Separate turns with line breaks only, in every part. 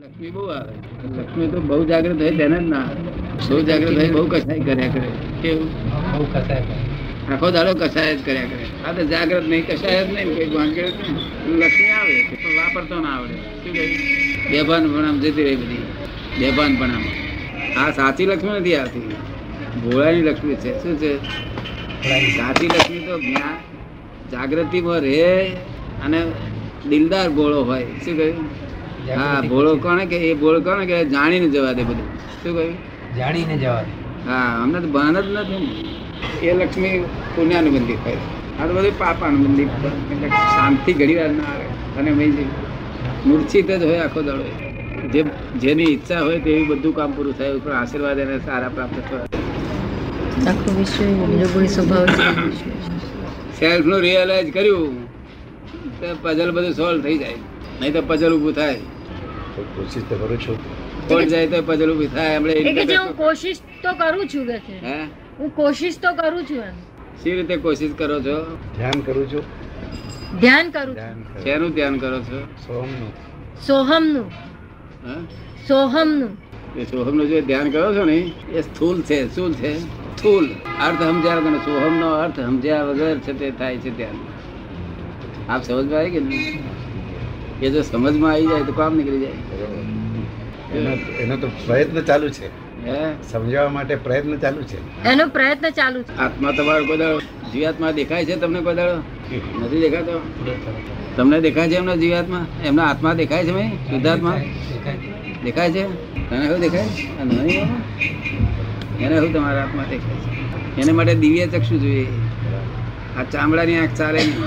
લક્ષ્મી બહુ આવે લક્ષ્મી તો બહુ જાગૃત હોય તેને જ ના આવે. બહુ જાગૃત હોય બહુ કસાય કર્યા કરે કેવું
બહુ કસાય કરે.
આખો દાડો કસાય જ કર્યા કરે આ તો જાગૃત નહીં કસાય જ નહીં ને કંઈક વાંકે જ નહીં. લક્ષ્મી આવે પણ વાપરતો ના આવડે શું કહ્યું બેભાન ભણામ જતી રહી બધી બેભાન ભણામ આ સાચી લક્ષ્મી નથી આવતી ભોળાની લક્ષ્મી છે શું છે
લાઈ.
સાચી લક્ષ્મી તો જ્ઞાન જાગૃતિમાં રહે અને દિલદાર ભોળો હોય શું કહ્યું હા
જાગૃતિ
ભોળો કોને કે એ ભોળો કોને કે જાણીને જવા દે બધું શું કહ્યું
જાણીને જવા દે.
હા અમને તો ભાન જ નથી ને એ લક્ષ્મી પુણ્યાનુબંધી થાય આ તો બધું પાપાનુબંધી એટલે શાંતિ ઘડી વાર ના આવે અને ભાઈ મૂર્છિત જ હોય આખો દાડો એ. જે જેની ઈચ્છા હોય તેવી બધું કામ પૂરું થાય પણ આશીર્વાદ એને સારા પ્રાપ્ત થવા
આખું વિશ્વ નિર્ગુણ સ્વભાવ છે
સેલ્ફ નું રિયલાઇઝ કર્યું તો પઝલ બધું સોલ્વ થઈ જાય નહીં તો પઝલ ઊભું થાય
કોશિશ તો કરું છું
કોણ જાય તો પઝલ ઊભી થાય
એ કે જે હું
આપણે
કોશિશ તો કરું છું કે છે
હે
હું કોશિશ તો કરું છું એમ
શી રીતે કોશિશ કરો છો
ધ્યાન કરું છું
ધ્યાન કરું છું
ધ્યાન કરું.
શેનું ધ્યાન કરો છો
સોમનું.
સોહમનું
હા
સોહમનું
એ સોહમનું જે ધ્યાન કરો છો ને એ સ્થૂલ છે શું છે સ્થૂલ અર્થ સમજ્યા વગર સોહમનો અર્થ સમજ્યા વગર છે તે થાય છે ધ્યાન આપ સમજમાં આવી ગયું ને એ જો સમજમાં આવી જાય તો કામ નીકળી જાય
એનો એનો તો પ્રયત્ન ચાલુ છે
હે
સમજાવવા માટે પ્રયત્ન ચાલુ છે
એનો પ્રયત્ન ચાલુ છે
આત્મા તમારો કોઈ દાડો જીવાત્મા દેખાય છે તમને કોઈ દાડો નથી દેખાતો તમને દેખાય છે એમના જીવાત્મા એમના આત્મા દેખાય છે ભાઈ શુદ્ધાત્મા દેખાય છે તને શું દેખાય આ નાની આત્મા? એને શું તમારા આત્મા દેખાય છે એને માટે દિવ્ય ચક્ષુ જોઈએ આ ચામડાની આંખ ચાલે નહીં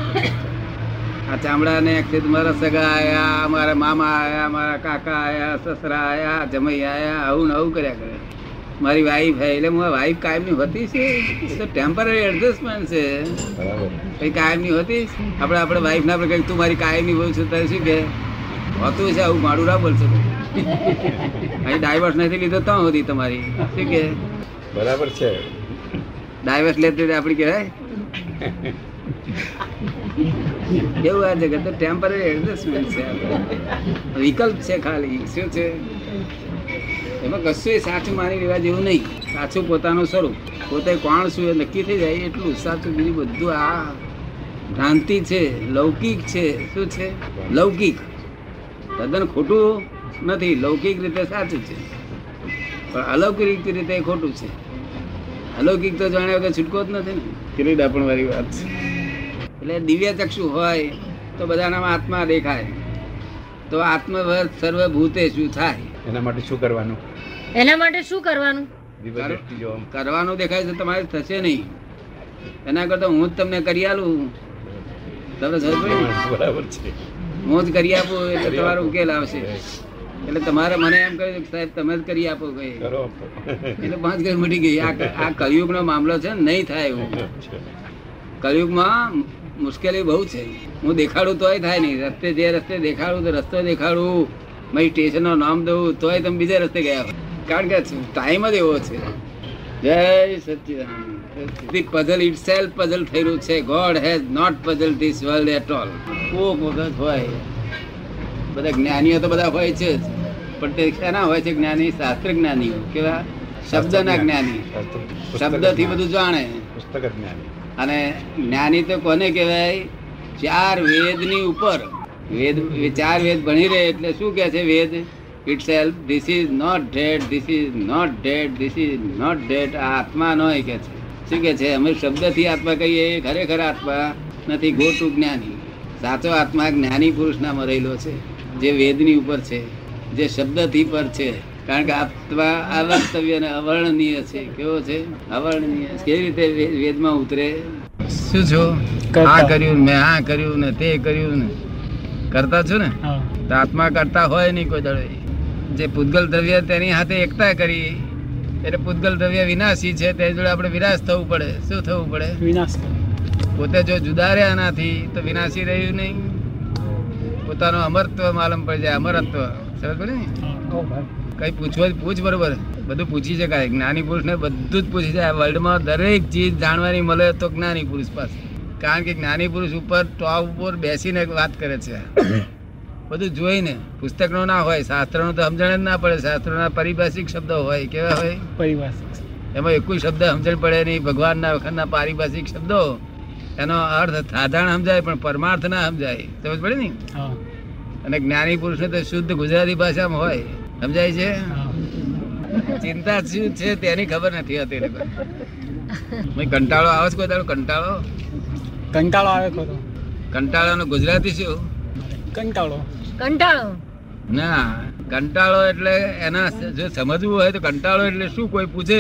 આ ચામડાને આંખથી તમારા સગા આયા મારા મામા આયા મારા કાકા આયા સસરા આયા જમઈ આયા આવું ને આવું કર્યા કરે મારી વાઈફ હે એટલે હું વાઈફ કાયમની હોતી છે એ તો ટેમ્પરરી એડજસ્ટમેન્ટ છે
બરાબર
કઈ કાયમની હોતી જ? આપણે આપણે વાઈફને આપણે કહીએ, તું મારી કાયમની બહુ છું તારે શું કે હોતું છે આવું માડું ના બોલશો અહીં ડાયવર્સ નથી લીધો તો હોતી તમારી શું કે
બરાબર છે
ડાયવર્સ લેતી હોય આપણી કહેવાય એવું આ જગત તો ટેમ્પરરી એડજસ્ટમેન્ટ છે આપણે. વિકલ્પ છે ખાલી શું છે એમાં કશું સાચું માની લેવા જેવું નહીં સાચું પોતાનું સ્વરૂપ પોતે કોણ શું એ નક્કી થઈ જાય એટલું સાચું બીજું બધું આ ભ્રાંતિ છે લૌકિક છે શું છે લૌકિક તદ્દન ખોટું નથી લૌકિક રીતે સાચું છે પણ અલૌકિક રીતે ખોટું છે અલૌકિક તો જાણ્યા વગર છૂટકો જ નથી ને કેટલી ડાપણવાળી વાત છે એટલે દિવ્ય ચક્ષુ હોય તો બધાનામાં આત્મા દેખાય તો આત્મવત સર્વભૂતે શું થાય
એના માટે શું કરવાનું
એના માટે શું કરવાનું
દિવ્ય
સારું.
દ્રષ્ટિ જો આમ.
કરવાનું દેખાય તો તમારે થશે નહીં એના કરતા હું જ તમને કરી આલું તમને સમજ પડી ને?
બરાબર છે
હું જ કરી આપું એટલે તમારો ઉકેલ આવશે એટલે તમારે મને એમ કહ્યું કે સાહેબ તમે જ કરી આપો કઈ
કરો
એટલે પાંચ ઘર મટી ગઈ આ આ કલયુગનો મામલો છે ને, નહીં થાય એવું કલયુગમાં મુશ્કેલી બહુ છે હું દેખાડું તોય થાય નહીં રસ્તે જે રસ્તે દેખાડું તો રસ્તો દેખાડું મારી સ્ટેશનનું નામ દઉં તોય તમે બીજા રસ્તે ગયા હોય. કારણ કે ટાઈમ જ એવો છે જય Sachchidanand puzzle itself puzzle થયેલું છે God has not puzzle this world at all કોક વખત હોય બધા જ્ઞાનીઓ તો બધા હોય છે જ. પણ તે શેના હોય છે જ્ઞાની શાસ્ત્ર જ્ઞાનીઓ કેવા શબ્દના જ્ઞાની શબ્દથી બધું જાણે
પુસ્તક જ્ઞાની
અને જ્ઞાની તો કોને કહેવાય ચાર વેદની ઉપર વેદ ચાર વેદ ભણી રહે એટલે શું કહે છે Veda itself this is not that this is not that this is not that આ આત્મા નો એ કહે છે શું કહે છે અમે શબ્દથી આત્મા કહીએ એ ખરેખર આત્મા નથી ગોટુ જ્ઞાની સાચો આત્મા જ્ઞાની પુરુષનામાં રહેલો છે જે વેદની ઉપર છે જે શબ્દથી પર છે કારણ કે આત્મા અવક્તવ્ય અને અવર્ણનીય છે કેવો છે અવર્ણનીય કેવી રીતે વે- વેદમાં ઉતરે શું છો આ કર્યું મેં આ કર્યું ને તે કર્યું ને કરતા છો ને તો આત્મા કરતા હોય નહીં કોઈ દળે જે પૂતગલ દ્રવ્ય તેની હાથે એકતા કરી એટલે પૂતગલ દ્રવ્ય વિનાશી છે તે જોડે આપણે વિનાશ થવું પડે શું થવું પડે વિનાશ પોતે જો જુદા રહ્યા આનાથી તો વિનાશી રહ્યું નહીં પોતાનું અમરત્વ માલમ પડી જાય અમરત્વ સમજ પડી ને કઈ પૂછવા પૂછ બરોબર બધું પૂછી શકાય જ્ઞાની પુરુષને બધું જ પૂછી જાય વર્લ્ડમાં દરેક ચીજ જાણવાની મળે તો જ્ઞાની પુરુષ પાસે કારણ કે જ્ઞાની પુરુષ ઉપર ટોપ ઉપર બેસીને વાત કરે છે બધું જોઈને પુસ્તકનો ના હોય શાસ્ત્રનો તો સમજણ જ ના પડે શાસ્ત્રોના પારિભાષિક શબ્દો હોય કેવા હોય
પરિભાષિક
એમાં એકુય શબ્દ સમજણ પડે નહીં ભગવાનના વખતના પારિભાષિક શબ્દો એનો અર્થ સાધારણ સમજાય પણ પરમાર્થ ના સમજાય સમજ પડે ને
હા
અને જ્ઞાની પુરુષને તો શુદ્ધ ગુજરાતી ભાષામાં હોય સમજાય છે
હા
ચિંતા શું છે તેની ખબર નથી હોતી એને કોઈ. ભાઈ કંટાળો આવે છે કોઈ દાડો કંટાળો
કંટાળો આવે ખરો
કંટાળાનો ગુજરાતી શું
કંટાળો
કંટાળો
ના કંટાળો એટલે એના જો સમજવું હોય તો કંટાળો એટલે શું કોઈ પૂછે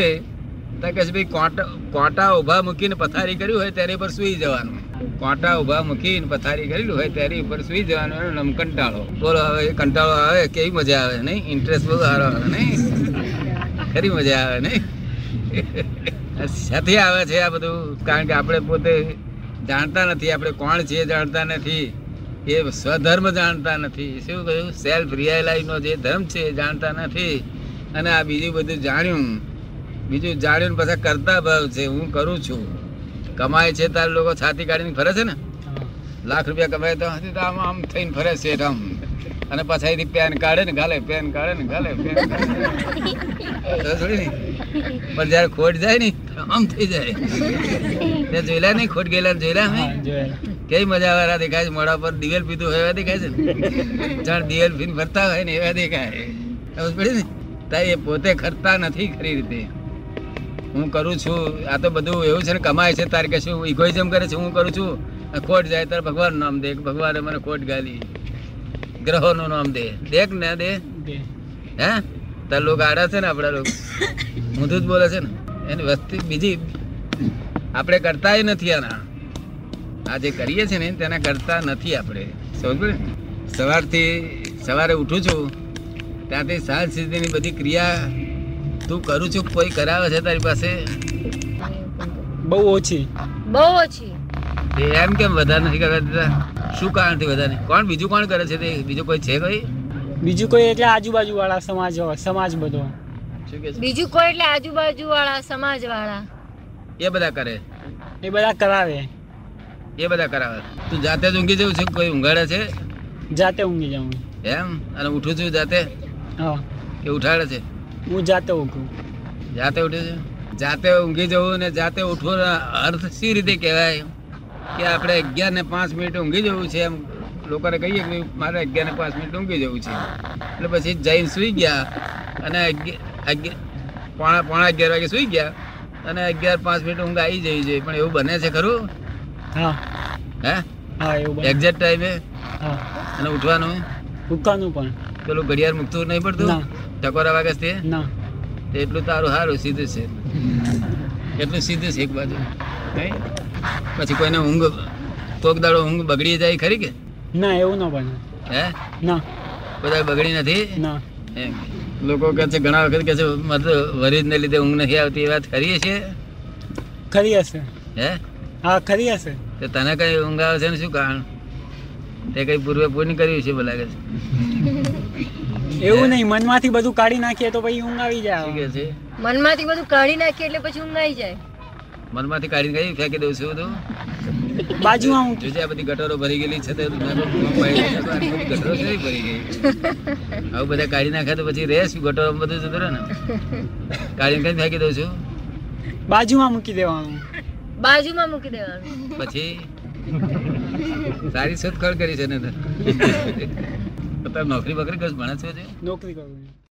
તો કે ભાઈ કોટા કોટા ઊભા મૂકીને પથારી કરી હોય તેની પર સૂઈ જવાનું કોટા ઊભા મૂકીને પથારી કરેલું હોય તેની ઉપર સૂઈ જવાનું એનું નામ કંટાળો બોલો હવે એ કંટાળો આવે કેવી મજા આવે નહીં ઇન્ટરેસ્ટ બહુ સારો આવે નહીં ખરી મજા આવે નહીં સાથે આવે છે આ બધું કારણ કે આપણે પોતે જાણતા નથી આપણે કોણ છીએ જાણતા નથી એ સ્વધર્મ જાણતા નથી શું કહ્યું સેલ્ફ રિયલાઇઝનો જે ધર્મ છે એ જાણતા નથી અને આ બીજું બધું જાણ્યું બીજું જાણ્યું ને પાછા કરતા ભાવ છે હું કરું છું કમાય છે તાર લોકો છાતી કાઢીને ફરે છે ને
હા.
લાખ રૂપિયા કમાય તો હજી તો આમ આમ થઈને ફરે છે આમ અને પાછા એથી પેન કાઢે ને ગાલે પેન કાઢે ને ગાલે પેન કાઢે તો થોડી ને. પણ જ્યારે ખોટ જાય ને આમ થઈ જાય તે જોયેલા નહીં ખોટ ગયેલા જોયેલા અમે
હા જોયેલા
કેવી મજા આવે આ દેખાય છે મોઢા પર દિવેલ પીધું હોય એવા દેખાય છે ને જાણ દિવેલ પીને ફરતા હોય ને એવા દેખાય ખબર પડી ને તાઈ એ પોતે ખરતા નથી ખરી રીતે હું કરું છું આ તો બધું એવું છે ને કમાય છે તારે કે શું ઇગોઇઝમ કરે છે હું કરું છું આ ખોટ જાય તારે ભગવાન નામ દે કે ભગવાને મને ખોટ ગાલી ગ્રહોનું નામ દે દેખ ને દે
બે
હે તાર લોકો આડા છે ને આપણા લોકો ઊંધું જ બોલે છે ને એની વસ્તી બીજી આપણે કરતાય નથી આના આ જે કરીએ છે ને તેના કરતા નથી આપણે સમજ પડી ને? સવારથી સવારે ઉઠું છું ત્યાંથી સાંજ સુધીની બધી ક્રિયા તું કરું છું કોઈ કરાવે છે તારી પાસે
બહુ ઓછી
બહુ ઓછી
તે એમ કેમ વધારે નથી કરવા દેતા શું કારણથી વધારે કોણ બીજું કોણ કરે છે તે બીજું કોઈ છે કોઈ
બીજું કોઈ એટલે આજુબાજુ વાળા સમાજ હોય સમાજ બધો
શું કે છે
બીજું કોઈ એટલે આજુબાજુ વાળા સમાજ વાળા
એ બધા કરે
એ બધા કરાવે
એ બધા કરાવે તું જાતે જ ઊંઘી જવું છે કોઈ ઊંઘાડે છે
જાતે ઊંઘી જાઉં
એમ અને ઉઠું છું જાતે
હા
કે ઉઠાડે છે
હું જાતે ઊંઘું
જાતે ઉઠે છે જાતે ઊંઘી જવું ને જાતે ઉઠવું ને અર્થ સી રીતે કહેવાય કે આપણે અગિયાર ને પાંચ મિનિટ ઊંઘી જવું છે એમ લોકોને કહીએ કે ભાઈ મારે અગિયાર ને પાંચ મિનિટ ઊંઘી જવું છે એટલે પછી જઈને સૂઈ ગયા અને અગિ- અગિ- પોણા પોણા અગિયાર વાગે સૂઈ ગયા અને અગિયાર પાંચ મિનિટ ઊંઘ આવી જવી જોઈએ પણ એવું બને છે ખરું
હા
હે
હા એવું બધું
એક્ઝેક્ટ ટાઈમે
હા
અને ઉઠવાનું
ઊંઘવાનું પણ
પેલું ઘડિયાળ મૂકતું નહીં
ના.
પડતું ટકોરા વાગે તે
ના
તો એટલું તારું સારું સીધું છે એટલું સીધું છે એક બાજુ હે? પછી કોઈને ઊંઘ કોક દાડો ઊંઘ બગડી જાય ખરી કે
ના એવું ન બને
હે
ના
બધા બગડી નથી
ના
એમ. લોકો કહે છે ઘણા વખત કહે છે મતલબ વરિજને લીધે ઊંઘ નથી આવતી એ વાત ખરી છે
ખરી હશે
હે
હા ખરી હશે
તો તને કઈ ઊંઘ આવે છે ને શું કારણ તે કઈ પૂર્વે પૂર્ણ કર્યું છે બોલા કે છે
એવું નહીં મનમાંથી બધું કાઢી નાખીએ તો પછી ઊંઘ આવી
શું
જાય
કહે છે
મનમાંથી બધું કાઢી નાખીએ એટલે પછી ઊંઘ આવી જાય
મનમાંથી કાઢીને કઈ ફેંકી દઉં છું તું
બાજુમાં ઊંઘ
જોજે આ બધી ગટરો ભરી ગયેલી છે તે મેં તો ફોન પાડી દીધો, આ બધી ગટરો છે ભરી ગઈ આવું બધા કાઢી નાખે તો પછી રહે શું ગટરો બધું જતું રહે ને કાઢીને કઈ ફેંકી દઉં છું
બાજુમાં મૂકી દેવાનું
બાજુમાં મૂકી દેવાનું
પછી સારી શોધખોળ કરી છે ને તો. તો તારે નોકરી બકરી કશું ભણે છે હજુ?
નોકરી કરવી